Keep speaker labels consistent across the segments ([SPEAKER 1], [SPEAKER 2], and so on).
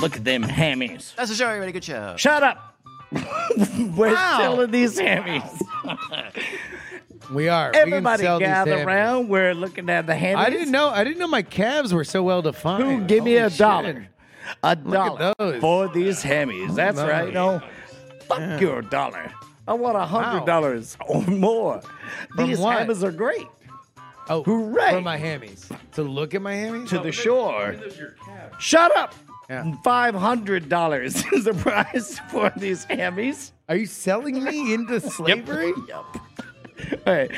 [SPEAKER 1] Look at them hammies.
[SPEAKER 2] That's the show, everybody. Good show.
[SPEAKER 1] Shut up. We're
[SPEAKER 2] Wow.
[SPEAKER 1] selling these hammies.
[SPEAKER 3] We are.
[SPEAKER 1] Everybody
[SPEAKER 3] we can sell
[SPEAKER 1] gather
[SPEAKER 3] these hammies.
[SPEAKER 1] around. We're looking at the hammies.
[SPEAKER 3] I didn't know. I didn't know my calves were so well defined.
[SPEAKER 1] Who give me
[SPEAKER 3] Holy
[SPEAKER 1] a
[SPEAKER 3] shit.
[SPEAKER 1] dollar? A dollar
[SPEAKER 3] those.
[SPEAKER 1] for these hammies. That's
[SPEAKER 3] Nice.
[SPEAKER 1] right. No, fuck your dollar. I want a hundred
[SPEAKER 3] Wow.
[SPEAKER 1] dollars or more.
[SPEAKER 3] From
[SPEAKER 1] these
[SPEAKER 3] what?
[SPEAKER 1] hammies are great.
[SPEAKER 3] Oh,
[SPEAKER 1] Hooray.
[SPEAKER 3] For my hammies. To look at my hammies.
[SPEAKER 1] To the shore. Shut up.
[SPEAKER 3] Yeah.
[SPEAKER 1] Five hundred dollars is the price for these hammies.
[SPEAKER 3] Are you selling me into slavery?
[SPEAKER 1] Yep. All right.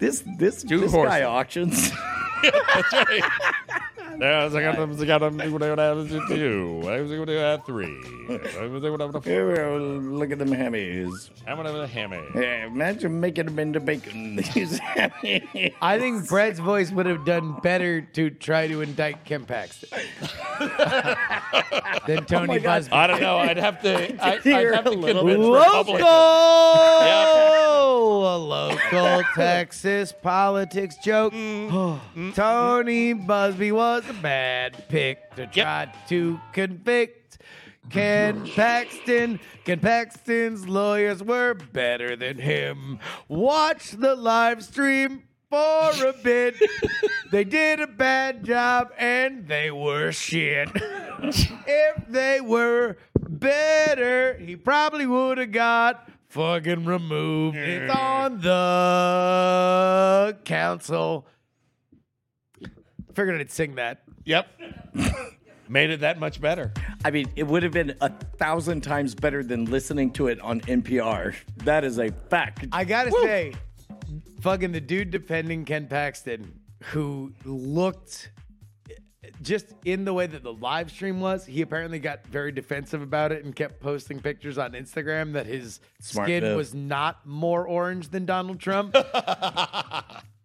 [SPEAKER 1] This this
[SPEAKER 4] Two
[SPEAKER 1] this
[SPEAKER 4] horses.
[SPEAKER 1] guy auctions.
[SPEAKER 4] Yes, I got them. I got them. I was going to do. I was going to do at three. I was going to.
[SPEAKER 1] Here we are, Look at them hammies.
[SPEAKER 4] I'm going to hammer.
[SPEAKER 1] Yeah, imagine making them into bacon. These hammies.
[SPEAKER 3] I think Brett's voice would have done better to try to indict Kim Paxton than Tony
[SPEAKER 1] Oh God.
[SPEAKER 3] Busby.
[SPEAKER 4] I don't know. I'd have to. I, I'd
[SPEAKER 1] Here
[SPEAKER 4] have
[SPEAKER 1] a
[SPEAKER 4] to
[SPEAKER 1] little
[SPEAKER 4] convince
[SPEAKER 3] Local,
[SPEAKER 4] Republicans.
[SPEAKER 3] a local Texas politics joke. Oh, Tony Busby was a bad pick to try to convict. Ken Paxton, Ken Paxton's lawyers were better than him. Watch the live stream for a bit. they did a bad job and they were shit. if they were better, he probably would have got fucking removed. It's on the council. Figured I'd sing that.
[SPEAKER 4] Yep. Made it that much better.
[SPEAKER 1] I mean, it would have been a thousand times better than listening to it on NPR. That is a fact.
[SPEAKER 3] I gotta say, fucking the dude defending Ken Paxton, who looked just in the way that the live stream was, he apparently got very defensive about it and kept posting pictures on Instagram that his
[SPEAKER 1] Smart
[SPEAKER 3] skin
[SPEAKER 1] move.
[SPEAKER 3] was not more orange than Donald Trump. uh,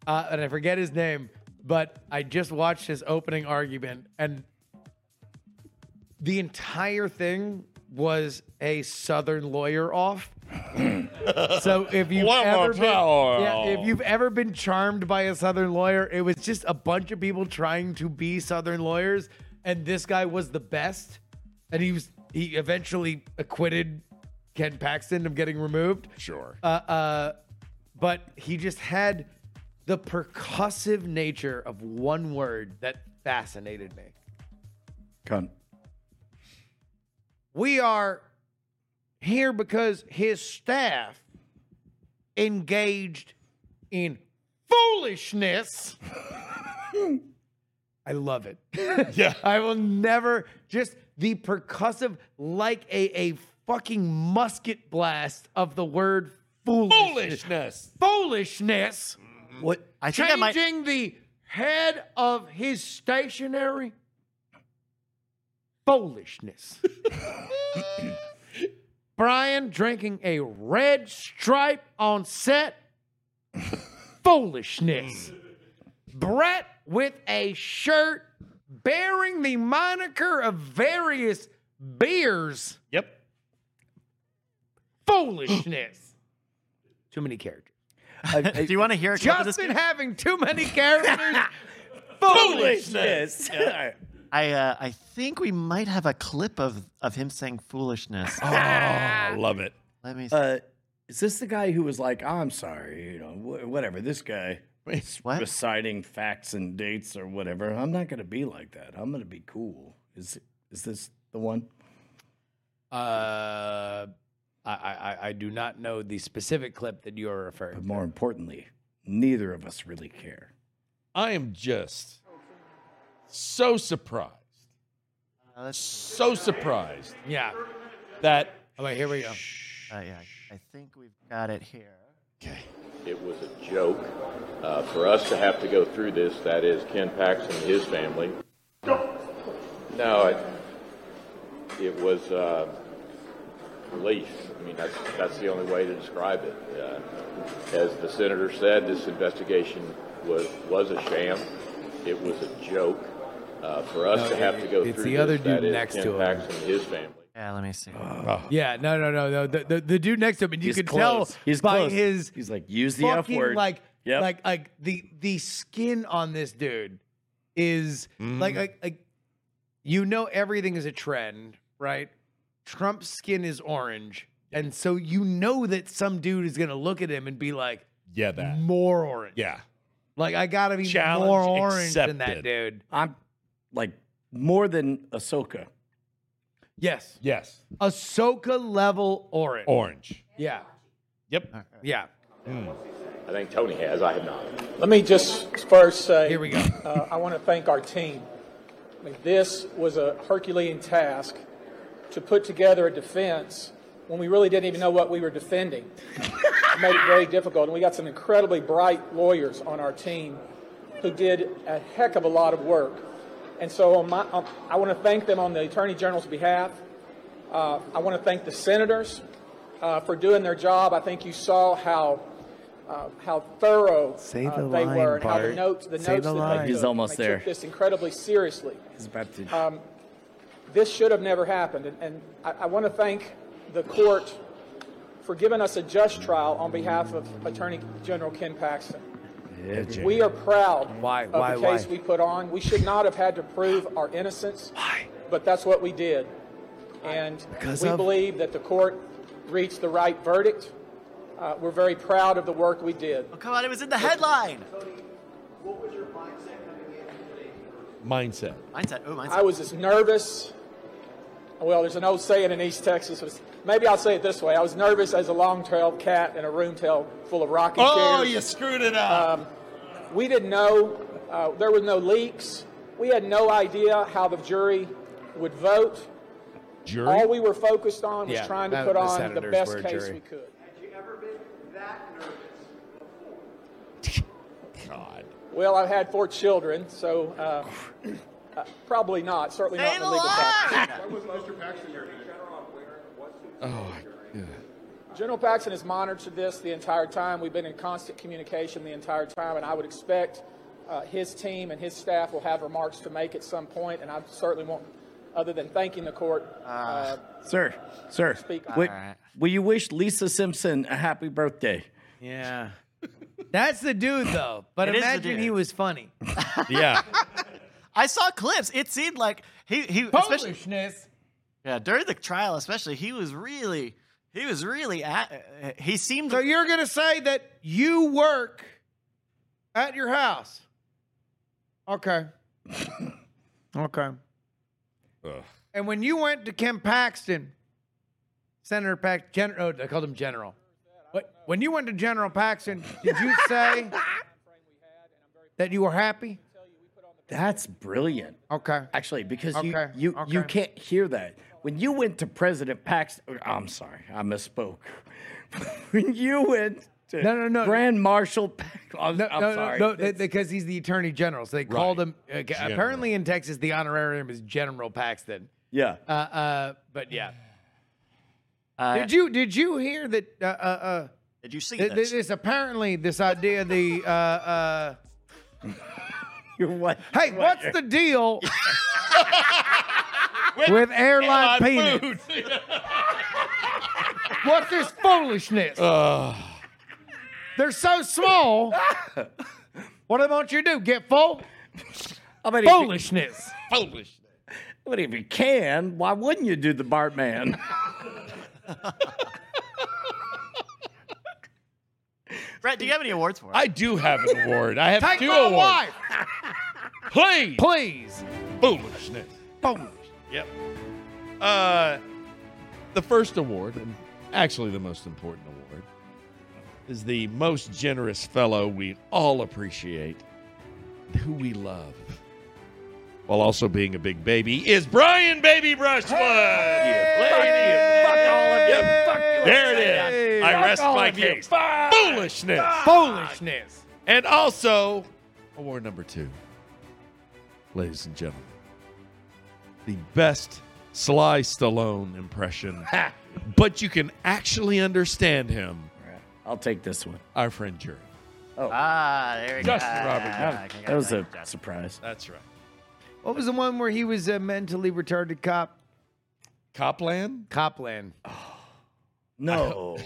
[SPEAKER 3] and I forget his name, but I just watched his opening argument and the entire thing was a southern lawyer off. so if you've
[SPEAKER 4] One more
[SPEAKER 3] ever been,
[SPEAKER 4] towel.
[SPEAKER 3] yeah, if you've ever been charmed by a southern lawyer, it was just a bunch of people trying to be southern lawyers, and this guy was the best. And he was he eventually acquitted Ken Paxton of getting removed.
[SPEAKER 4] Sure.
[SPEAKER 3] Uh, uh, but he just had the percussive nature of one word that fascinated me.
[SPEAKER 1] Cunt.
[SPEAKER 3] We are here because his staff engaged in foolishness. I love it.
[SPEAKER 4] Yeah.
[SPEAKER 3] I will never just the percussive like a a fucking musket blast of the word foolishness.
[SPEAKER 4] Foolishness.
[SPEAKER 3] Foolishness.
[SPEAKER 2] What? I think I
[SPEAKER 3] Changing
[SPEAKER 2] might.
[SPEAKER 3] the head of his stationery. Foolishness. Brian drinking a red stripe on set. Foolishness. Brett with a shirt bearing the moniker of various beers.
[SPEAKER 4] Yep.
[SPEAKER 3] Foolishness. Too many characters.
[SPEAKER 2] Do you want to hear a clip of this?
[SPEAKER 3] Justin having too many characters.
[SPEAKER 1] Foolishness.
[SPEAKER 2] I uh, I think we might have a clip of of him saying foolishness.
[SPEAKER 4] I love it.
[SPEAKER 2] Let me. See.
[SPEAKER 1] uh, is this the guy who was like, "Oh, I'm sorry, you know, wh- whatever, this guy is
[SPEAKER 2] What?
[SPEAKER 1] reciting facts and dates or whatever. I'm not going to be like that. I'm going to be cool. Is, is this the one?
[SPEAKER 3] Uh, I, I, I do not know the specific clip that you are referring
[SPEAKER 1] But
[SPEAKER 3] to.
[SPEAKER 1] more importantly, neither of us really care.
[SPEAKER 4] I am just so surprised,
[SPEAKER 2] Uh, let's,
[SPEAKER 4] so surprised
[SPEAKER 3] Yeah.
[SPEAKER 4] that
[SPEAKER 3] Oh, wait, here we go.
[SPEAKER 2] uh, yeah, I think we've got it here.
[SPEAKER 5] It was a joke uh, for us to have to go through this. That is Ken Paxton and his family. No, it, it was uh, relief. I mean, that's that's the only way to describe it. Uh, as the senator said, this investigation was was a sham. It was a joke uh, for us
[SPEAKER 3] No,
[SPEAKER 5] to have
[SPEAKER 3] it-
[SPEAKER 5] to go
[SPEAKER 3] it's
[SPEAKER 5] through.
[SPEAKER 3] the
[SPEAKER 5] this.
[SPEAKER 3] other
[SPEAKER 5] That
[SPEAKER 3] dude
[SPEAKER 5] is
[SPEAKER 3] next
[SPEAKER 5] Ken
[SPEAKER 3] to him.
[SPEAKER 5] Paxton and his family.
[SPEAKER 2] Yeah, let me see.
[SPEAKER 3] Yeah, no, no, no, no. The, the, the dude next to him, and you
[SPEAKER 1] He's
[SPEAKER 3] can
[SPEAKER 1] close.
[SPEAKER 3] tell
[SPEAKER 1] He's
[SPEAKER 3] by
[SPEAKER 1] close.
[SPEAKER 3] his
[SPEAKER 1] He's like, use the F
[SPEAKER 3] fucking
[SPEAKER 1] word.
[SPEAKER 3] like,
[SPEAKER 1] Yep.
[SPEAKER 3] like, like the the skin on this dude is
[SPEAKER 4] Mm-hmm.
[SPEAKER 3] like, like like you know everything is a trend, right? Trump's skin is orange, and so you know that some dude is gonna look at him and be like,
[SPEAKER 4] Yeah, that.
[SPEAKER 3] more orange.
[SPEAKER 4] Yeah.
[SPEAKER 3] Like I gotta be
[SPEAKER 4] Challenge
[SPEAKER 3] more orange than that
[SPEAKER 4] accepted.
[SPEAKER 3] dude.
[SPEAKER 1] I'm like more than Ahsoka.
[SPEAKER 3] Yes.
[SPEAKER 4] Yes.
[SPEAKER 3] Ahsoka level orange.
[SPEAKER 4] Orange.
[SPEAKER 3] Yeah.
[SPEAKER 4] Yep.
[SPEAKER 3] Yeah.
[SPEAKER 5] I think Tony has. I have not.
[SPEAKER 6] Let me just first say,
[SPEAKER 3] Here we go.
[SPEAKER 6] uh, I want to thank our team. I mean, this was a Herculean task to put together a defense when we really didn't even know what we were defending. it made it very difficult, and we got some incredibly bright lawyers on our team who did a heck of a lot of work. And so, on my, on, I want to thank them on the Attorney General's behalf. Uh, I want to thank the senators uh, for doing their job. I think you saw how. Uh, how thorough
[SPEAKER 3] Say
[SPEAKER 6] uh,
[SPEAKER 3] the
[SPEAKER 6] they
[SPEAKER 3] line,
[SPEAKER 6] were, and how the
[SPEAKER 3] Bart.
[SPEAKER 6] notes, the
[SPEAKER 3] Say
[SPEAKER 6] notes
[SPEAKER 3] the
[SPEAKER 6] that
[SPEAKER 3] line.
[SPEAKER 6] they
[SPEAKER 1] He's
[SPEAKER 6] took,
[SPEAKER 1] almost
[SPEAKER 6] they
[SPEAKER 1] there.
[SPEAKER 6] totook this incredibly seriously.
[SPEAKER 1] He's about to.
[SPEAKER 6] This should have never happened, and, and I, I want to thank the court for giving us a just trial on behalf of Attorney General Ken Paxton.
[SPEAKER 1] yeah, Jay.
[SPEAKER 6] We are proud
[SPEAKER 3] Why,
[SPEAKER 6] of
[SPEAKER 3] why,
[SPEAKER 6] the case
[SPEAKER 3] why?
[SPEAKER 6] we put on. We should not have had to prove our innocence, but that's what we did. And
[SPEAKER 3] Because
[SPEAKER 6] we
[SPEAKER 3] of-
[SPEAKER 6] believe that the court reached the right verdict. Uh, we're very proud of the work we did.
[SPEAKER 2] Oh, come on, it was in the headline.
[SPEAKER 4] Mindset.
[SPEAKER 2] Mindset. Oh, mindset.
[SPEAKER 6] I was as nervous. Well, there's an old saying in East Texas. Was, maybe I'll say it this way: I was nervous as a long-tailed cat in a room tail full of rocking
[SPEAKER 4] Oh,
[SPEAKER 6] chairs.
[SPEAKER 4] you screwed it up.
[SPEAKER 6] We didn't know. Uh, there were no leaks. We had no idea how the jury would vote.
[SPEAKER 4] Jury.
[SPEAKER 6] All we were focused on was
[SPEAKER 3] Yeah,
[SPEAKER 6] trying to
[SPEAKER 3] that-
[SPEAKER 6] put
[SPEAKER 3] the
[SPEAKER 6] on the
[SPEAKER 3] senators
[SPEAKER 6] best
[SPEAKER 3] were a
[SPEAKER 6] case
[SPEAKER 3] jury.
[SPEAKER 6] we could.
[SPEAKER 4] God.
[SPEAKER 6] Well, I've had four children, so uh, uh, probably not. Certainly
[SPEAKER 2] Say
[SPEAKER 6] not in
[SPEAKER 2] the
[SPEAKER 6] the legal practice.
[SPEAKER 2] line.
[SPEAKER 4] Oh, yeah.
[SPEAKER 6] General Paxton has monitored this the entire time. We've been in constant communication the entire time, and I would expect uh, his team and his staff will have remarks to make at some point, and I certainly won't, other than thanking the court. Uh,
[SPEAKER 1] Sir, sir,
[SPEAKER 6] Speak.
[SPEAKER 1] wi-
[SPEAKER 2] All right.
[SPEAKER 1] will you wish Lisa Simpson a happy birthday?
[SPEAKER 3] Yeah. That's the dude though. But
[SPEAKER 2] It is the
[SPEAKER 3] imagine
[SPEAKER 2] dude.
[SPEAKER 3] he was funny.
[SPEAKER 4] Yeah.
[SPEAKER 2] I saw clips. It seemed like he he especially
[SPEAKER 3] Foolishness.
[SPEAKER 2] yeah during the trial, especially he was really he was really at, uh, he seemed
[SPEAKER 3] So you're gonna say that you work at your house? Okay. okay.
[SPEAKER 4] Ugh.
[SPEAKER 3] And when you went to Kim Paxton, Senator Paxton, Gen- oh, I called him General. But when you went to General Paxton, did you say that you were happy?
[SPEAKER 1] That's brilliant.
[SPEAKER 3] Okay.
[SPEAKER 1] Actually, because
[SPEAKER 3] Okay,
[SPEAKER 1] you you, you
[SPEAKER 3] okay.
[SPEAKER 1] can't hear that. When you went to President Paxton, or, I'm sorry, I misspoke. when you went to
[SPEAKER 3] No, no, no.
[SPEAKER 1] Grand Marshal Paxton, I'm,
[SPEAKER 3] No,
[SPEAKER 1] I'm
[SPEAKER 3] no,
[SPEAKER 1] sorry.
[SPEAKER 3] no, no, th- because he's the Attorney General. So they called him. Uh, g-
[SPEAKER 4] General.
[SPEAKER 3] apparently, in Texas, the honorarium is General Paxton.
[SPEAKER 1] yeah.
[SPEAKER 3] Uh, uh, but yeah,
[SPEAKER 2] Uh,
[SPEAKER 3] did you did you hear that? Uh, uh, uh,
[SPEAKER 2] did you see
[SPEAKER 3] th-
[SPEAKER 2] this?
[SPEAKER 3] th- this apparently this idea the uh, uh,
[SPEAKER 1] You're what?
[SPEAKER 3] hey, what's the deal with airline peanuts? What's this foolishness? They're so small. what do they want you to do? Get full?
[SPEAKER 1] I mean, if you-
[SPEAKER 3] Foolishness.
[SPEAKER 4] Foolish.
[SPEAKER 1] But if you can, why wouldn't you do the Bartman?
[SPEAKER 2] Brett, do you have any awards for it?
[SPEAKER 4] I do have an award. I have
[SPEAKER 3] Take
[SPEAKER 4] two
[SPEAKER 3] my
[SPEAKER 4] awards.
[SPEAKER 3] wife,
[SPEAKER 4] Please.
[SPEAKER 3] please.
[SPEAKER 4] Foolishness.
[SPEAKER 3] Boom.
[SPEAKER 4] Yep. Uh, the first award, and actually the most important award, is the most generous fellow we all appreciate, who we love, while also being a big baby, is Brian Baby
[SPEAKER 1] you,
[SPEAKER 4] Brushwood. Lady,
[SPEAKER 1] fuck you.
[SPEAKER 4] There it is. I rest
[SPEAKER 1] all
[SPEAKER 4] my
[SPEAKER 1] of you.
[SPEAKER 4] case.
[SPEAKER 1] Fuck.
[SPEAKER 4] Foolishness.
[SPEAKER 3] Foolishness.
[SPEAKER 4] And also, award number two, ladies and gentlemen, the best Sly Stallone impression, but you can actually understand him,
[SPEAKER 1] I'll take this one.
[SPEAKER 4] our friend Jerry.
[SPEAKER 2] ah, there we go.
[SPEAKER 4] Justin Robert.
[SPEAKER 2] Ah,
[SPEAKER 1] That was a surprise.
[SPEAKER 4] That's right.
[SPEAKER 3] What was the one where he was a mentally retarded cop?
[SPEAKER 4] Copland?
[SPEAKER 3] Copland.
[SPEAKER 1] No.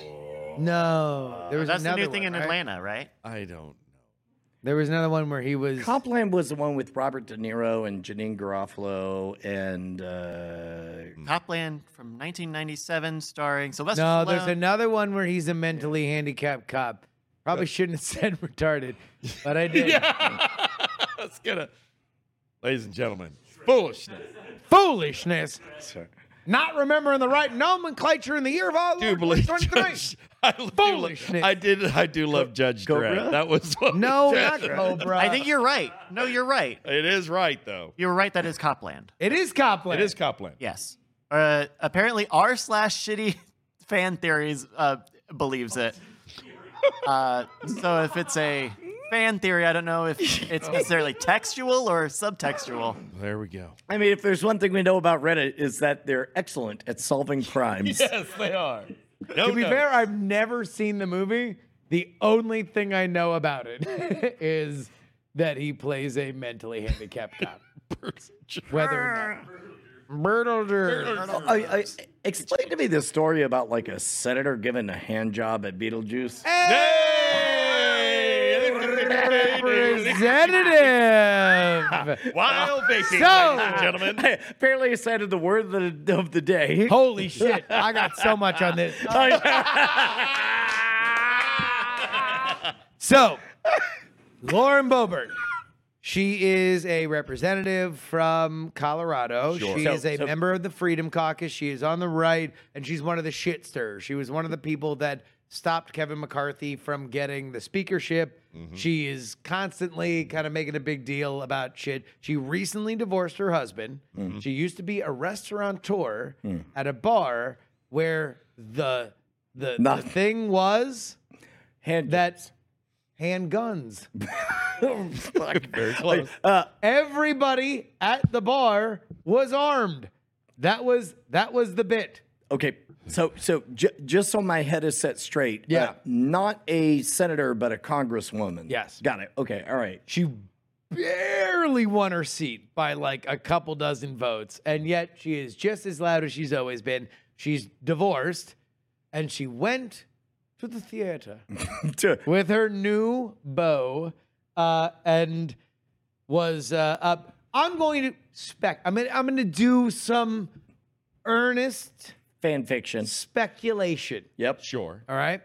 [SPEAKER 3] No, there was
[SPEAKER 2] That's the
[SPEAKER 3] another
[SPEAKER 2] new thing in
[SPEAKER 3] one, right?
[SPEAKER 2] Atlanta, right?
[SPEAKER 4] I don't know.
[SPEAKER 3] There was another one where he was.
[SPEAKER 1] Copland was the one with Robert De Niro and Janine Garofalo and uh,
[SPEAKER 2] Copland from 1997, starring Sylvester
[SPEAKER 3] no,
[SPEAKER 2] Stallone.
[SPEAKER 3] there's another one where he's a mentally handicapped cop. Probably shouldn't have said retarded, but I did.
[SPEAKER 4] Let's get it. Ladies and gentlemen, foolishness.
[SPEAKER 3] Foolishness.
[SPEAKER 1] sorry.
[SPEAKER 3] Not remembering the right nomenclature in the year of our
[SPEAKER 4] do
[SPEAKER 3] Lord
[SPEAKER 4] believe
[SPEAKER 3] 23.
[SPEAKER 4] Judge. I do lo-
[SPEAKER 3] Foolishness.
[SPEAKER 4] I did. I do love Judge Dredd.
[SPEAKER 1] Cobra?
[SPEAKER 4] That was what
[SPEAKER 3] No,
[SPEAKER 4] we
[SPEAKER 3] not
[SPEAKER 4] did.
[SPEAKER 3] Cobra.
[SPEAKER 2] I think you're right. No, you're right.
[SPEAKER 4] It is right though.
[SPEAKER 2] You're right. That is Copland.
[SPEAKER 3] it is Copland.
[SPEAKER 4] It is Copland.
[SPEAKER 2] Yes. Uh, apparently, r slash shitty fan theories uh, believes it. Uh, so if it's a fan theory, I don't know if it's necessarily textual or subtextual.
[SPEAKER 4] There we go.
[SPEAKER 1] I mean, if there's one thing we know about Reddit is that they're excellent at solving crimes.
[SPEAKER 4] Yes, they are. No,
[SPEAKER 3] to be
[SPEAKER 4] Oh, no.
[SPEAKER 3] fair, I've never seen the movie. The only thing I know about it is that he plays a mentally handicapped cop. Whether or not. Myrtle Dur-
[SPEAKER 1] I, I, explain to me this story about like a senator giving a hand job at Beetlejuice.
[SPEAKER 3] Representative.
[SPEAKER 4] Wild vaping,
[SPEAKER 3] So-
[SPEAKER 4] ladies and gentlemen.
[SPEAKER 1] Apparently, I cited the word of the, of the day.
[SPEAKER 3] Holy shit. I got so much on this. So, Lauren Boebert. She is a representative from Colorado. She
[SPEAKER 1] So-
[SPEAKER 3] is a
[SPEAKER 1] so-
[SPEAKER 3] member of the Freedom Caucus. She is on the right, and she's one of the shit stirrers. She was one of the people that stopped Kevin McCarthy from getting the speakership. She is constantly kind of making a big deal about shit. She recently divorced her husband. She used to be a restaurateur at a bar where the the, the
[SPEAKER 1] Not-
[SPEAKER 3] thing was
[SPEAKER 1] Hand
[SPEAKER 3] that handguns.
[SPEAKER 1] Fuck.
[SPEAKER 4] Very close.
[SPEAKER 3] Everybody at the bar was armed. That was that was the bit.
[SPEAKER 1] Okay, so so j- just so my head is set straight. uh,
[SPEAKER 3] Yeah.
[SPEAKER 1] not a senator, but a congresswoman.
[SPEAKER 3] Yes.
[SPEAKER 1] Got it. Okay. All right.
[SPEAKER 3] She barely won her seat by like a couple dozen votes, and yet she is just as loud as she's always been. She's divorced, and she went to the theater
[SPEAKER 1] To-
[SPEAKER 3] with her new beau, uh, and was uh, up. I'm going to spec. I'm gonna, I'm going to do some earnest
[SPEAKER 1] Fan fiction.
[SPEAKER 3] speculation.
[SPEAKER 1] Yep.
[SPEAKER 4] Sure.
[SPEAKER 3] All right.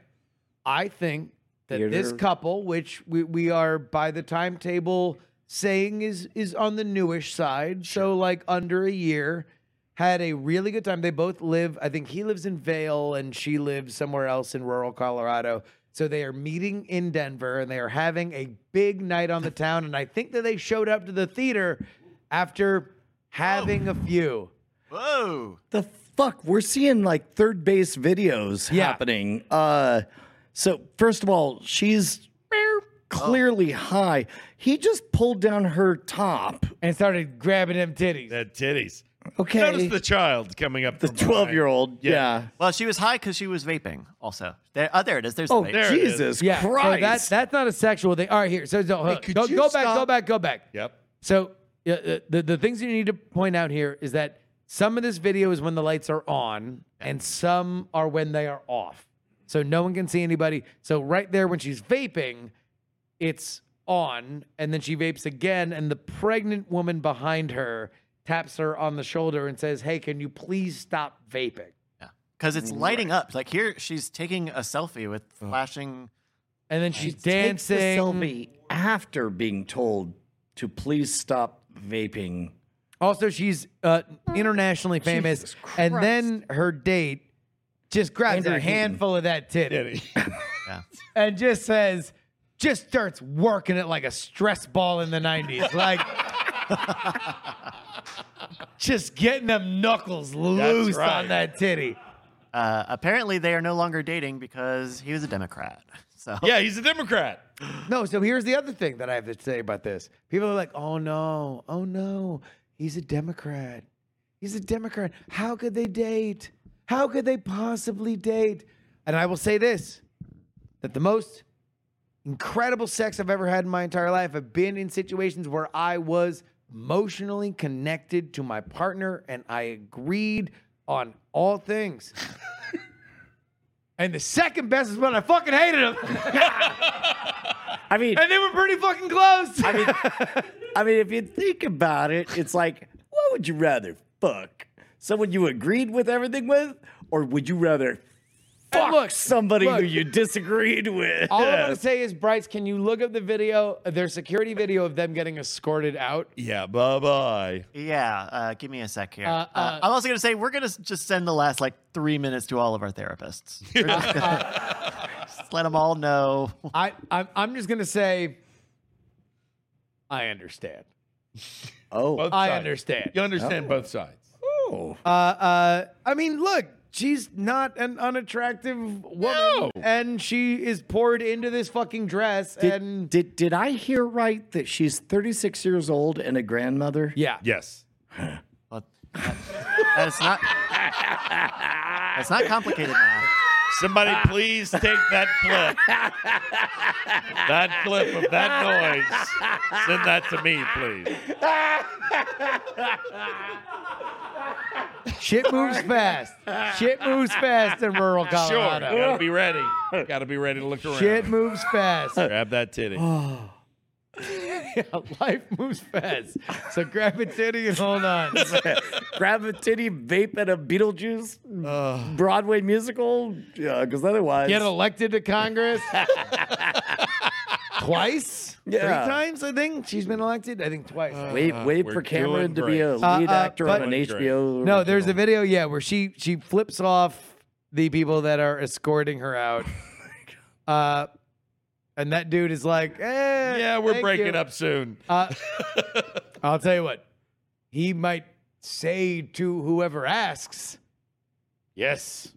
[SPEAKER 3] I think that this
[SPEAKER 1] Theater.
[SPEAKER 3] couple, which we, we are by the timetable saying is is on the newish side, so like under a year, had a really good time. They both live, I think he lives in Vale and she lives somewhere else in rural Colorado. So they are meeting in Denver and they are having a big night on the town. And I think that they showed up to the theater after having a few.
[SPEAKER 2] Whoa.
[SPEAKER 1] The fuck? We're seeing like third base videos
[SPEAKER 3] Yeah.
[SPEAKER 1] happening. Uh, so first of all, she's clearly high. He just pulled down her top.
[SPEAKER 3] And started grabbing them titties.
[SPEAKER 4] That titties.
[SPEAKER 1] Okay.
[SPEAKER 4] Notice the child coming up.
[SPEAKER 1] the
[SPEAKER 4] from behind.
[SPEAKER 1] twelve-year-old. Yeah.
[SPEAKER 2] Well, she was high because she was vaping. Also, there. Oh, there it is. There's.
[SPEAKER 1] Oh,
[SPEAKER 2] the vape.
[SPEAKER 4] there it is.
[SPEAKER 1] Jesus
[SPEAKER 3] Yeah,
[SPEAKER 1] Christ!
[SPEAKER 3] so that that's not a sexual thing. All right, here. So so,
[SPEAKER 4] could
[SPEAKER 3] go,
[SPEAKER 4] you
[SPEAKER 3] go back, go
[SPEAKER 4] stop?
[SPEAKER 3] back, go back.
[SPEAKER 4] Yep.
[SPEAKER 3] So uh, uh, the the things you need to point out here is that some of this video is when the lights are on, and some are when they are off. So no one can see anybody. So right there when she's vaping, it's on, and then she vapes again, and the pregnant woman behind her taps her on the shoulder and says, "Hey, can you please stop vaping?"
[SPEAKER 2] Because it's lighting up. Like here, she's taking a selfie with flashing.
[SPEAKER 3] And then she's
[SPEAKER 1] Takes the
[SPEAKER 3] dancing.
[SPEAKER 1] selfie after being told to please stop vaping.
[SPEAKER 3] Also, she's uh, internationally famous,
[SPEAKER 1] Jesus
[SPEAKER 3] and then her date just grabs
[SPEAKER 1] Andrew
[SPEAKER 3] a handful of that titty
[SPEAKER 4] Titty.
[SPEAKER 3] and just says, just starts working it like a stress ball in the '90s, like just getting them knuckles loose
[SPEAKER 4] right.
[SPEAKER 3] on that titty.
[SPEAKER 2] Uh, apparently, they are no longer dating because he was a Democrat. So
[SPEAKER 4] yeah, he's a Democrat.
[SPEAKER 3] No, so here's the other thing that I have to say about this. People are like, oh no, oh no, he's a Democrat. He's a Democrat. How could they date? How could they possibly date? And I will say this that the most incredible sex I've ever had in my entire life, I've been in situations where I was emotionally connected to my partner and I agreed on all things. and the second best is when I fucking hated him.
[SPEAKER 1] I mean,
[SPEAKER 3] And they were pretty fucking close.
[SPEAKER 1] I mean, I mean, if you think about it, it's like, what would you rather fuck someone you agreed with everything with, or would you rather fuck
[SPEAKER 3] look,
[SPEAKER 1] somebody
[SPEAKER 3] look.
[SPEAKER 1] who you disagreed with?
[SPEAKER 3] All I'm gonna say is, Bryce, can you look up the video, their security video of them getting escorted out?
[SPEAKER 4] Yeah, bye bye.
[SPEAKER 2] Yeah, uh, give me a sec here.
[SPEAKER 3] Uh,
[SPEAKER 2] Uh,
[SPEAKER 3] uh,
[SPEAKER 2] I'm also going to say we're going to just send the last like three minutes to all of our therapists. We're just, gonna- just let them all know.
[SPEAKER 3] I, I'm, I'm just gonna say, I understand.
[SPEAKER 1] oh,
[SPEAKER 4] Both
[SPEAKER 3] I
[SPEAKER 4] sides.
[SPEAKER 3] understand.
[SPEAKER 4] You understand both sides.
[SPEAKER 1] oh.
[SPEAKER 3] Uh, uh, I mean, look, she's not an unattractive woman,
[SPEAKER 4] No.
[SPEAKER 3] and she is poured into this fucking dress, and
[SPEAKER 1] did did I hear right that she's 36 years old and a grandmother?
[SPEAKER 3] yeah,
[SPEAKER 4] Yes.
[SPEAKER 2] Well, that- that's not. That's not complicated math.
[SPEAKER 4] Somebody
[SPEAKER 3] Ah.
[SPEAKER 4] please take that clip. that clip of that noise. Send that to me, please.
[SPEAKER 3] shit moves fast. Shit moves fast in rural
[SPEAKER 4] Sure.
[SPEAKER 3] Colorado.
[SPEAKER 4] Gotta be ready. Gotta be ready to look around.
[SPEAKER 3] Shit moves fast.
[SPEAKER 4] Grab that titty.
[SPEAKER 3] Life moves fast. So grab a titty and hold on.
[SPEAKER 1] Grab a titty, vape at a Beetlejuice Broadway musical, because otherwise,
[SPEAKER 3] Get elected to Congress twice,
[SPEAKER 1] Yeah. Uh,
[SPEAKER 3] three times. I think she's been elected. I think twice.
[SPEAKER 1] wait, wait
[SPEAKER 4] Uh, we're
[SPEAKER 1] for Cameron to
[SPEAKER 4] doing
[SPEAKER 1] be a lead
[SPEAKER 4] great.
[SPEAKER 3] Uh, uh,
[SPEAKER 1] actor
[SPEAKER 3] but-
[SPEAKER 1] on an
[SPEAKER 4] Doing great.
[SPEAKER 1] HBO.
[SPEAKER 3] No, there's a
[SPEAKER 1] original.
[SPEAKER 3] video, yeah, where she she flips off the people that are escorting her out. Uh, and that dude is like, eh,
[SPEAKER 4] Yeah, we're
[SPEAKER 3] thank
[SPEAKER 4] breaking
[SPEAKER 3] you."
[SPEAKER 4] up soon.
[SPEAKER 3] Uh, I'll tell you what, he might say to whoever asks,
[SPEAKER 4] yes.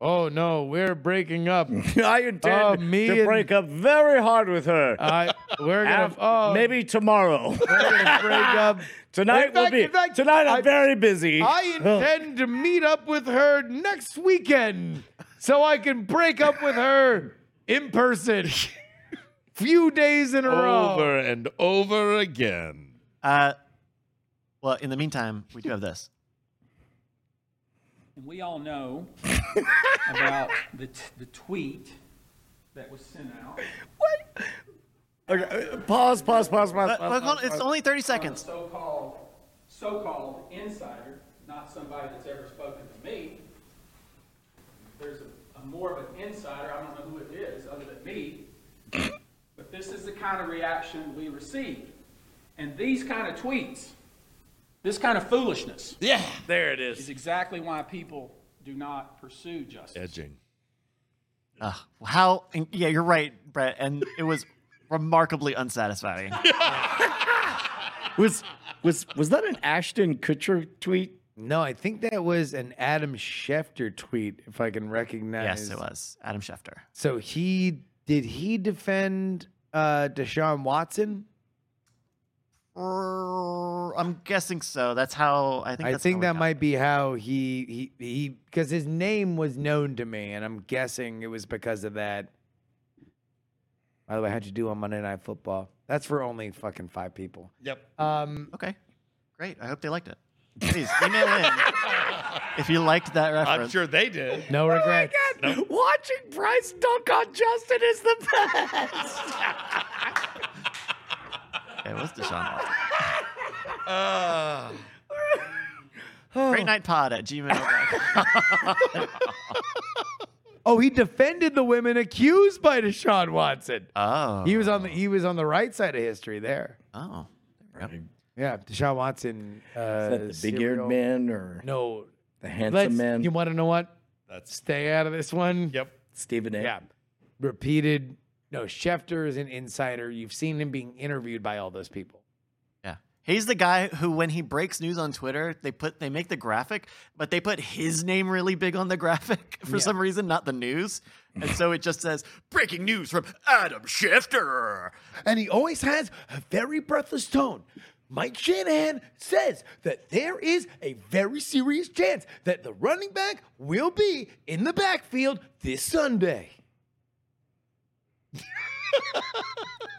[SPEAKER 3] "Oh no, we're breaking up.
[SPEAKER 1] I intend
[SPEAKER 3] Oh, me
[SPEAKER 1] to
[SPEAKER 3] and-
[SPEAKER 1] break up very hard with her.
[SPEAKER 3] I, we're gonna,
[SPEAKER 1] Af-
[SPEAKER 3] oh,
[SPEAKER 1] maybe tomorrow.
[SPEAKER 3] we're gonna break up."
[SPEAKER 1] tonight
[SPEAKER 3] In
[SPEAKER 1] will
[SPEAKER 3] fact-
[SPEAKER 1] be.
[SPEAKER 3] in fact,
[SPEAKER 1] tonight I'm
[SPEAKER 3] I-
[SPEAKER 1] very busy.
[SPEAKER 3] I intend to meet up with her next weekend so I can break up with her in person. Few days in a row.
[SPEAKER 4] Over and over again.
[SPEAKER 2] Uh, well, in the meantime, we do have this.
[SPEAKER 7] And we all know about the, t- the tweet that was sent out.
[SPEAKER 1] Okay, uh, pause, pause, pause, pause.
[SPEAKER 2] But, but hold on, it's only 30 seconds.
[SPEAKER 7] So-called, so-called insider, not somebody that's ever spoken to me. There's a, a more of an insider, I don't know who it is, other than me. But this is the kind of reaction we received. And these kind of tweets, this kind of foolishness,
[SPEAKER 4] Yeah. There it
[SPEAKER 7] is exactly why people do not pursue justice.
[SPEAKER 4] Edging.
[SPEAKER 2] Uh, how? and Yeah, you're right, Brett. And it was remarkably unsatisfying.
[SPEAKER 1] Was was was that an Ashton Kutcher tweet?
[SPEAKER 3] No, I think that was an Adam Schefter tweet, if I can recognize.
[SPEAKER 2] yes, it was Adam Schefter.
[SPEAKER 3] So he did he defend uh, Deshaun Watson?
[SPEAKER 2] Er, I'm guessing so. That's how I think.
[SPEAKER 3] I
[SPEAKER 2] that's how
[SPEAKER 3] think
[SPEAKER 2] we
[SPEAKER 3] that
[SPEAKER 2] got
[SPEAKER 3] might be how he he he because his name was known to me, and I'm guessing it was because of that. By the way, how'd you do on Monday Night Football? That's for only fucking five people.
[SPEAKER 4] Yep.
[SPEAKER 3] Um,
[SPEAKER 2] Okay, great. I hope they liked it. Please email in if you liked that reference.
[SPEAKER 4] I'm sure they did.
[SPEAKER 3] no regrets.
[SPEAKER 1] Watching Bryce dunk on Justin is the best.
[SPEAKER 2] It was Deshaun Watson. Great night pod at gmail.
[SPEAKER 3] Oh, he defended the women accused by Deshaun Watson.
[SPEAKER 2] oh.
[SPEAKER 3] He was on the he was on the right side of history there.
[SPEAKER 2] Oh. There we go.
[SPEAKER 3] Yeah, Deshaun Watson. Uh,
[SPEAKER 1] the big eared
[SPEAKER 3] serial-
[SPEAKER 1] man or
[SPEAKER 3] No,
[SPEAKER 1] the handsome
[SPEAKER 3] let's.
[SPEAKER 1] man?
[SPEAKER 3] You want to know what?
[SPEAKER 4] That's
[SPEAKER 3] Stay out of this one.
[SPEAKER 4] yep.
[SPEAKER 1] Stephen A.
[SPEAKER 3] Yeah. Repeated. No, Schefter is an insider. You've seen him being interviewed by all those people.
[SPEAKER 2] Yeah. He's the guy who, when he breaks news on Twitter, they put they make the graphic, but they put his name really big on the graphic for some reason, not the news, and so it just says breaking news from Adam Schefter.
[SPEAKER 3] And he always has a very breathless tone. Mike Shanahan says that there is a very serious chance that the running back will be in the backfield this Sunday.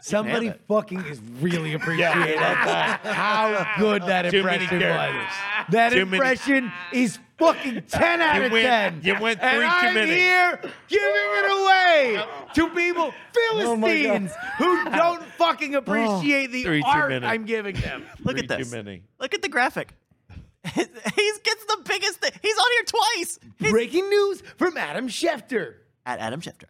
[SPEAKER 3] Somebody fucking is really appreciating that. How good that
[SPEAKER 4] Too many
[SPEAKER 3] impression was.
[SPEAKER 4] characters.
[SPEAKER 3] That
[SPEAKER 4] Too many-
[SPEAKER 3] impression is fucking 10 out
[SPEAKER 4] You
[SPEAKER 3] of
[SPEAKER 4] went-
[SPEAKER 3] 10.
[SPEAKER 4] you went
[SPEAKER 3] and
[SPEAKER 4] three
[SPEAKER 3] I'm
[SPEAKER 4] committees.
[SPEAKER 3] here giving it away to people,
[SPEAKER 2] Oh
[SPEAKER 3] Philistines, who don't fucking appreciate the
[SPEAKER 4] Three too
[SPEAKER 3] art
[SPEAKER 4] many.
[SPEAKER 3] I'm giving them.
[SPEAKER 2] Look
[SPEAKER 4] Three
[SPEAKER 2] at this.
[SPEAKER 4] Too many.
[SPEAKER 2] Look at the graphic. he gets the biggest thing. He's on here twice. He's-
[SPEAKER 3] Breaking news from Adam Schefter.
[SPEAKER 2] At Adam Schefter.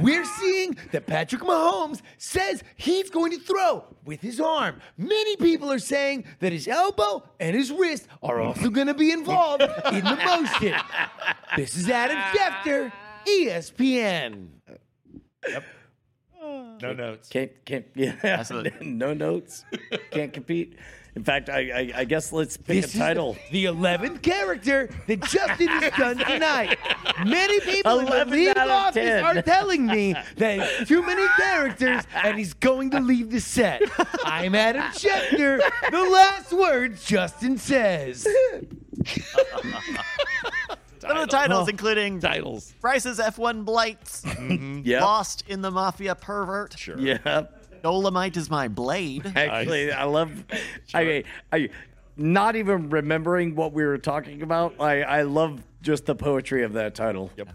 [SPEAKER 3] We're seeing that Patrick Mahomes says he's going to throw with his arm. Many people are saying that his elbow and his wrist are also going to be involved in the motion. This is Adam Schefter, E ESPN.
[SPEAKER 4] No notes.
[SPEAKER 1] Can't can't yeah.
[SPEAKER 2] Absolutely.
[SPEAKER 1] no notes. Can't compete. In fact, I I, I guess let's pick
[SPEAKER 3] This
[SPEAKER 1] a
[SPEAKER 3] is
[SPEAKER 1] title.
[SPEAKER 3] The eleventh character that Justin has done tonight. Many people in the
[SPEAKER 1] 11
[SPEAKER 3] league
[SPEAKER 1] out of
[SPEAKER 3] office
[SPEAKER 1] 10.
[SPEAKER 3] are telling me that it's too many characters and he's going to leave the set. I'm Adam Schefter. The last words Justin says.
[SPEAKER 2] Some of the titles, including
[SPEAKER 4] Titles.
[SPEAKER 2] Bryce's F1 Blights,
[SPEAKER 1] Yeah.
[SPEAKER 2] Lost in the Mafia Pervert,
[SPEAKER 4] Sure.
[SPEAKER 1] Yeah.
[SPEAKER 2] Dolomite is My Blade.
[SPEAKER 1] Actually, I love. I mean, I not even remembering what we were talking about. I I love just the poetry of that title.
[SPEAKER 4] Yep.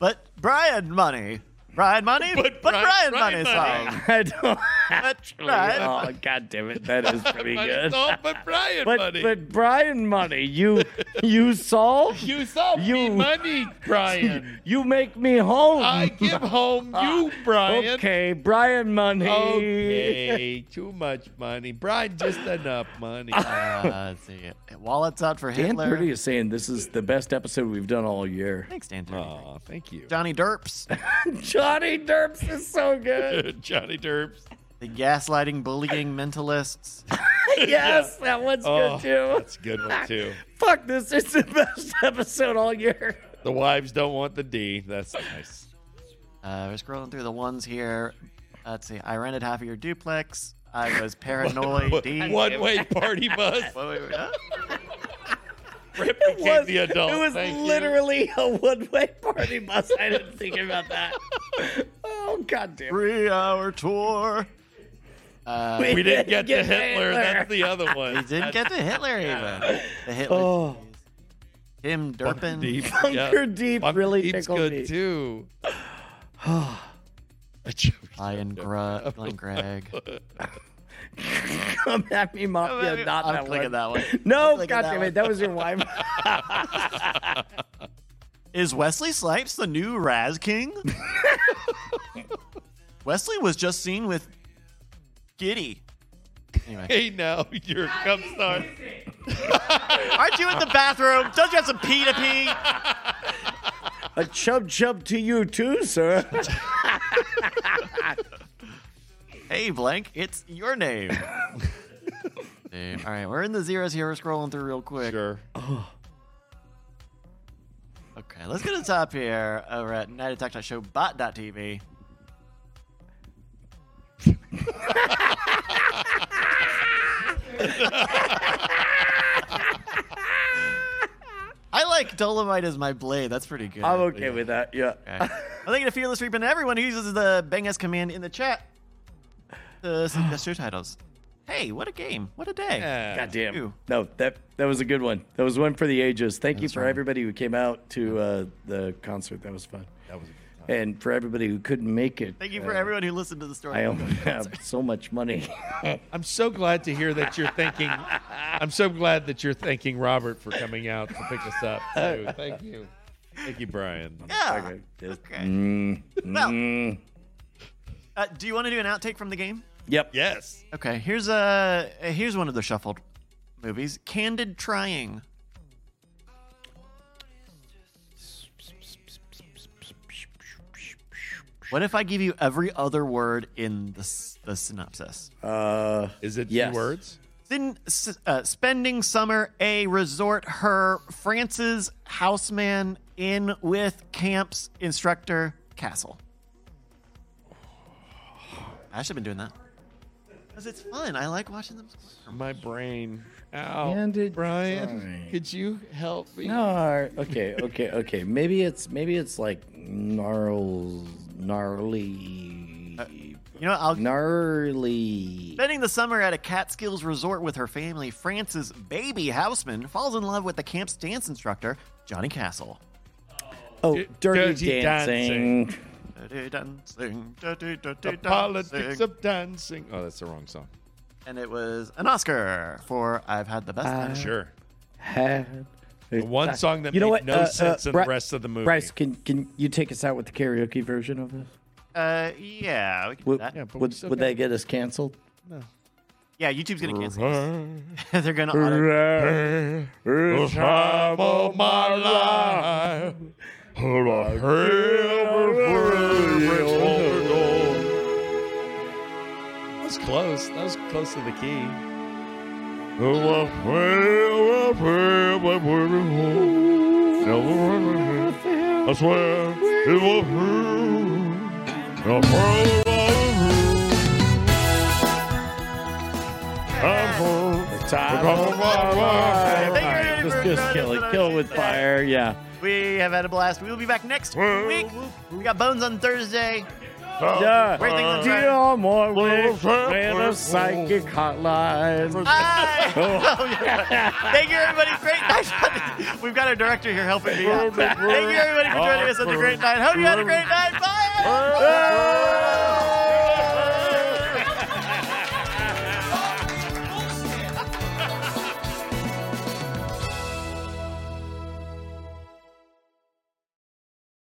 [SPEAKER 2] But Brian Money. Brian Money? But, Brian,
[SPEAKER 4] Brian-
[SPEAKER 2] Money
[SPEAKER 4] Brian Money. uh,
[SPEAKER 2] song.
[SPEAKER 1] I don't.
[SPEAKER 2] But Brian
[SPEAKER 1] Oh god damn it! That is pretty
[SPEAKER 4] Money
[SPEAKER 1] good.
[SPEAKER 4] solved, but Brian
[SPEAKER 1] But
[SPEAKER 4] money.
[SPEAKER 1] but Brian Money, you you solve.
[SPEAKER 4] you solved me
[SPEAKER 1] you-
[SPEAKER 4] money, Brian.
[SPEAKER 1] You make me home.
[SPEAKER 4] I give home you, Brian.
[SPEAKER 1] Okay, Brian Money.
[SPEAKER 4] Okay, too much money. Brian, just enough money.
[SPEAKER 2] Uh, let's see. Wallets out for
[SPEAKER 1] Dan
[SPEAKER 2] Hitler.
[SPEAKER 1] Purdy is saying this is the best episode we've done all year.
[SPEAKER 2] Thanks, Dan Purdy.
[SPEAKER 4] Aw, thank you.
[SPEAKER 2] Johnny Derps.
[SPEAKER 1] Johnny Derps is so good.
[SPEAKER 4] Johnny Derbs.
[SPEAKER 2] The gaslighting, bullying mentalists.
[SPEAKER 1] yes, that one's
[SPEAKER 4] Oh,
[SPEAKER 1] good too.
[SPEAKER 4] that's a good one, too.
[SPEAKER 1] Fuck this. It's the best episode all year.
[SPEAKER 4] The wives don't want the D. That's nice.
[SPEAKER 2] Uh, we're scrolling through the ones here. Let's see. I rented half of your duplex. I was paranoid. D.
[SPEAKER 4] One way party bus.
[SPEAKER 2] Wait, wait, wait, huh?
[SPEAKER 4] Rip
[SPEAKER 1] It
[SPEAKER 4] became
[SPEAKER 1] was,
[SPEAKER 4] the adult.
[SPEAKER 1] it was
[SPEAKER 4] Thank you.
[SPEAKER 1] literally a one way party bus. I didn't think about that. Oh, god damn it.
[SPEAKER 2] Three hour tour.
[SPEAKER 4] We didn't get to Hitler.
[SPEAKER 1] Hitler.
[SPEAKER 4] That's the other one.
[SPEAKER 2] We didn't get to Hitler even. The Hitler.
[SPEAKER 1] Oh.
[SPEAKER 2] Tim Durpin.
[SPEAKER 4] Deep.
[SPEAKER 1] Bunker Deep
[SPEAKER 4] Bunker
[SPEAKER 1] really
[SPEAKER 4] Deep's
[SPEAKER 1] tickled
[SPEAKER 4] good
[SPEAKER 1] me.
[SPEAKER 4] too.
[SPEAKER 2] Lion Gru- Glenn Gregg.
[SPEAKER 1] Come at me, Mafia. Not
[SPEAKER 2] I'm
[SPEAKER 1] that
[SPEAKER 2] clicking
[SPEAKER 1] one.
[SPEAKER 2] that one.
[SPEAKER 1] No,
[SPEAKER 2] Look at
[SPEAKER 1] god
[SPEAKER 2] that
[SPEAKER 1] damn
[SPEAKER 2] one.
[SPEAKER 1] it. That was your wife.
[SPEAKER 2] Is Wesley Snipes the new Raz King? Wesley was just seen with Giddy. Anyway,
[SPEAKER 4] Hey, now you're a cum star.
[SPEAKER 2] aren't you in the bathroom? Don't you have some pee to pee?
[SPEAKER 1] A chub chub to you too, sir.
[SPEAKER 2] Hey, blank, it's your name. Name. All right, we're in the zeros here. We're scrolling through real quick.
[SPEAKER 4] Sure.
[SPEAKER 2] Okay, let's go to the top here over at nightattack.showbot.tv. I like Dolomite as my blade. That's pretty good.
[SPEAKER 1] I'm okay with that. Yeah.
[SPEAKER 2] Okay. I think to Fearless Reaping, everyone who uses the Bang S command in the chat to suggest show titles. Hey, what a game. What a day.
[SPEAKER 1] God
[SPEAKER 2] Ew.
[SPEAKER 1] damn. No, that that was a good one. That was one for the ages. Thank you for everybody who came out to uh, the concert. That was fun.
[SPEAKER 4] That was a good time.
[SPEAKER 1] And for everybody who couldn't make it.
[SPEAKER 2] Thank you
[SPEAKER 1] uh,
[SPEAKER 2] for everyone who listened to the story.
[SPEAKER 1] I only have so much money.
[SPEAKER 4] I'm so glad to hear that you're thanking. I'm so glad that you're thanking Robert for coming out to pick us up. too. Thank you. Thank you, Brian.
[SPEAKER 2] Yeah.
[SPEAKER 1] Okay, Mm. just-
[SPEAKER 2] Okay. Well, uh, do you want to do an outtake from the game?
[SPEAKER 1] Yep.
[SPEAKER 4] Yes.
[SPEAKER 2] Okay, here's a here's one of the shuffled movies, Candid Trying. What if I give you every other word in the, s- the synopsis?
[SPEAKER 1] Uh,
[SPEAKER 4] Is it
[SPEAKER 1] Yes.
[SPEAKER 4] two words?
[SPEAKER 2] Sin, s- uh, spending summer, a resort, her, France's houseman, in with camps, instructor, castle. I should have been doing that. Because it's fun. I like watching them.
[SPEAKER 4] My brain. Ow.
[SPEAKER 1] And it-
[SPEAKER 4] Brian,
[SPEAKER 1] sorry.
[SPEAKER 4] could you help me?
[SPEAKER 1] no, all right. okay, okay, okay. Maybe it's gnarls, maybe it's like gnarls, gnarly.
[SPEAKER 2] You know, what? I'll
[SPEAKER 1] Gnarly.
[SPEAKER 2] Spending the summer at a Catskills resort with her family, Frances Baby Houseman falls in love with the camp's dance instructor, Johnny Castle.
[SPEAKER 1] Oh,
[SPEAKER 4] D-
[SPEAKER 1] dirty,
[SPEAKER 4] dirty
[SPEAKER 1] dancing.
[SPEAKER 2] Dirty dancing, dirty, dirty
[SPEAKER 4] The politics
[SPEAKER 2] dancing.
[SPEAKER 4] of dancing. Oh, that's the wrong song.
[SPEAKER 2] and it was an Oscar for I've Had the Best Time.
[SPEAKER 4] Sure.
[SPEAKER 1] Had-
[SPEAKER 4] The one song that
[SPEAKER 1] You know
[SPEAKER 4] made
[SPEAKER 1] what?
[SPEAKER 4] no
[SPEAKER 1] Uh, uh,
[SPEAKER 4] sense in
[SPEAKER 1] Bri-
[SPEAKER 4] the rest of the movie.
[SPEAKER 1] Bryce, can can you take us out with the karaoke version of this?
[SPEAKER 2] Uh, yeah, we can do
[SPEAKER 1] Would
[SPEAKER 2] that.
[SPEAKER 4] but we
[SPEAKER 1] would,
[SPEAKER 4] still
[SPEAKER 1] would
[SPEAKER 4] got-
[SPEAKER 1] that get us canceled?
[SPEAKER 2] yeah, YouTube's gonna cancel. us. They're gonna auto-
[SPEAKER 4] The time of my life. The That was close. That was close to the key. I swear it will
[SPEAKER 2] Thank you, everybody,
[SPEAKER 1] Just,
[SPEAKER 2] for
[SPEAKER 1] just
[SPEAKER 2] joining
[SPEAKER 1] kill
[SPEAKER 2] us
[SPEAKER 1] it. Kill it with
[SPEAKER 2] today.
[SPEAKER 1] fire. Yeah.
[SPEAKER 2] We have had a blast. We will be back next week. We got Bones on Thursday.
[SPEAKER 1] Yeah.
[SPEAKER 2] Great thing on Friday.
[SPEAKER 1] Deal more with
[SPEAKER 4] Little
[SPEAKER 1] a psychic hotline.
[SPEAKER 2] Hi. Oh, yeah. Thank you, everybody. Great night. We've got our director here helping me out. Thank you, everybody, for joining us on the great night. Hope you had a great night. Bye.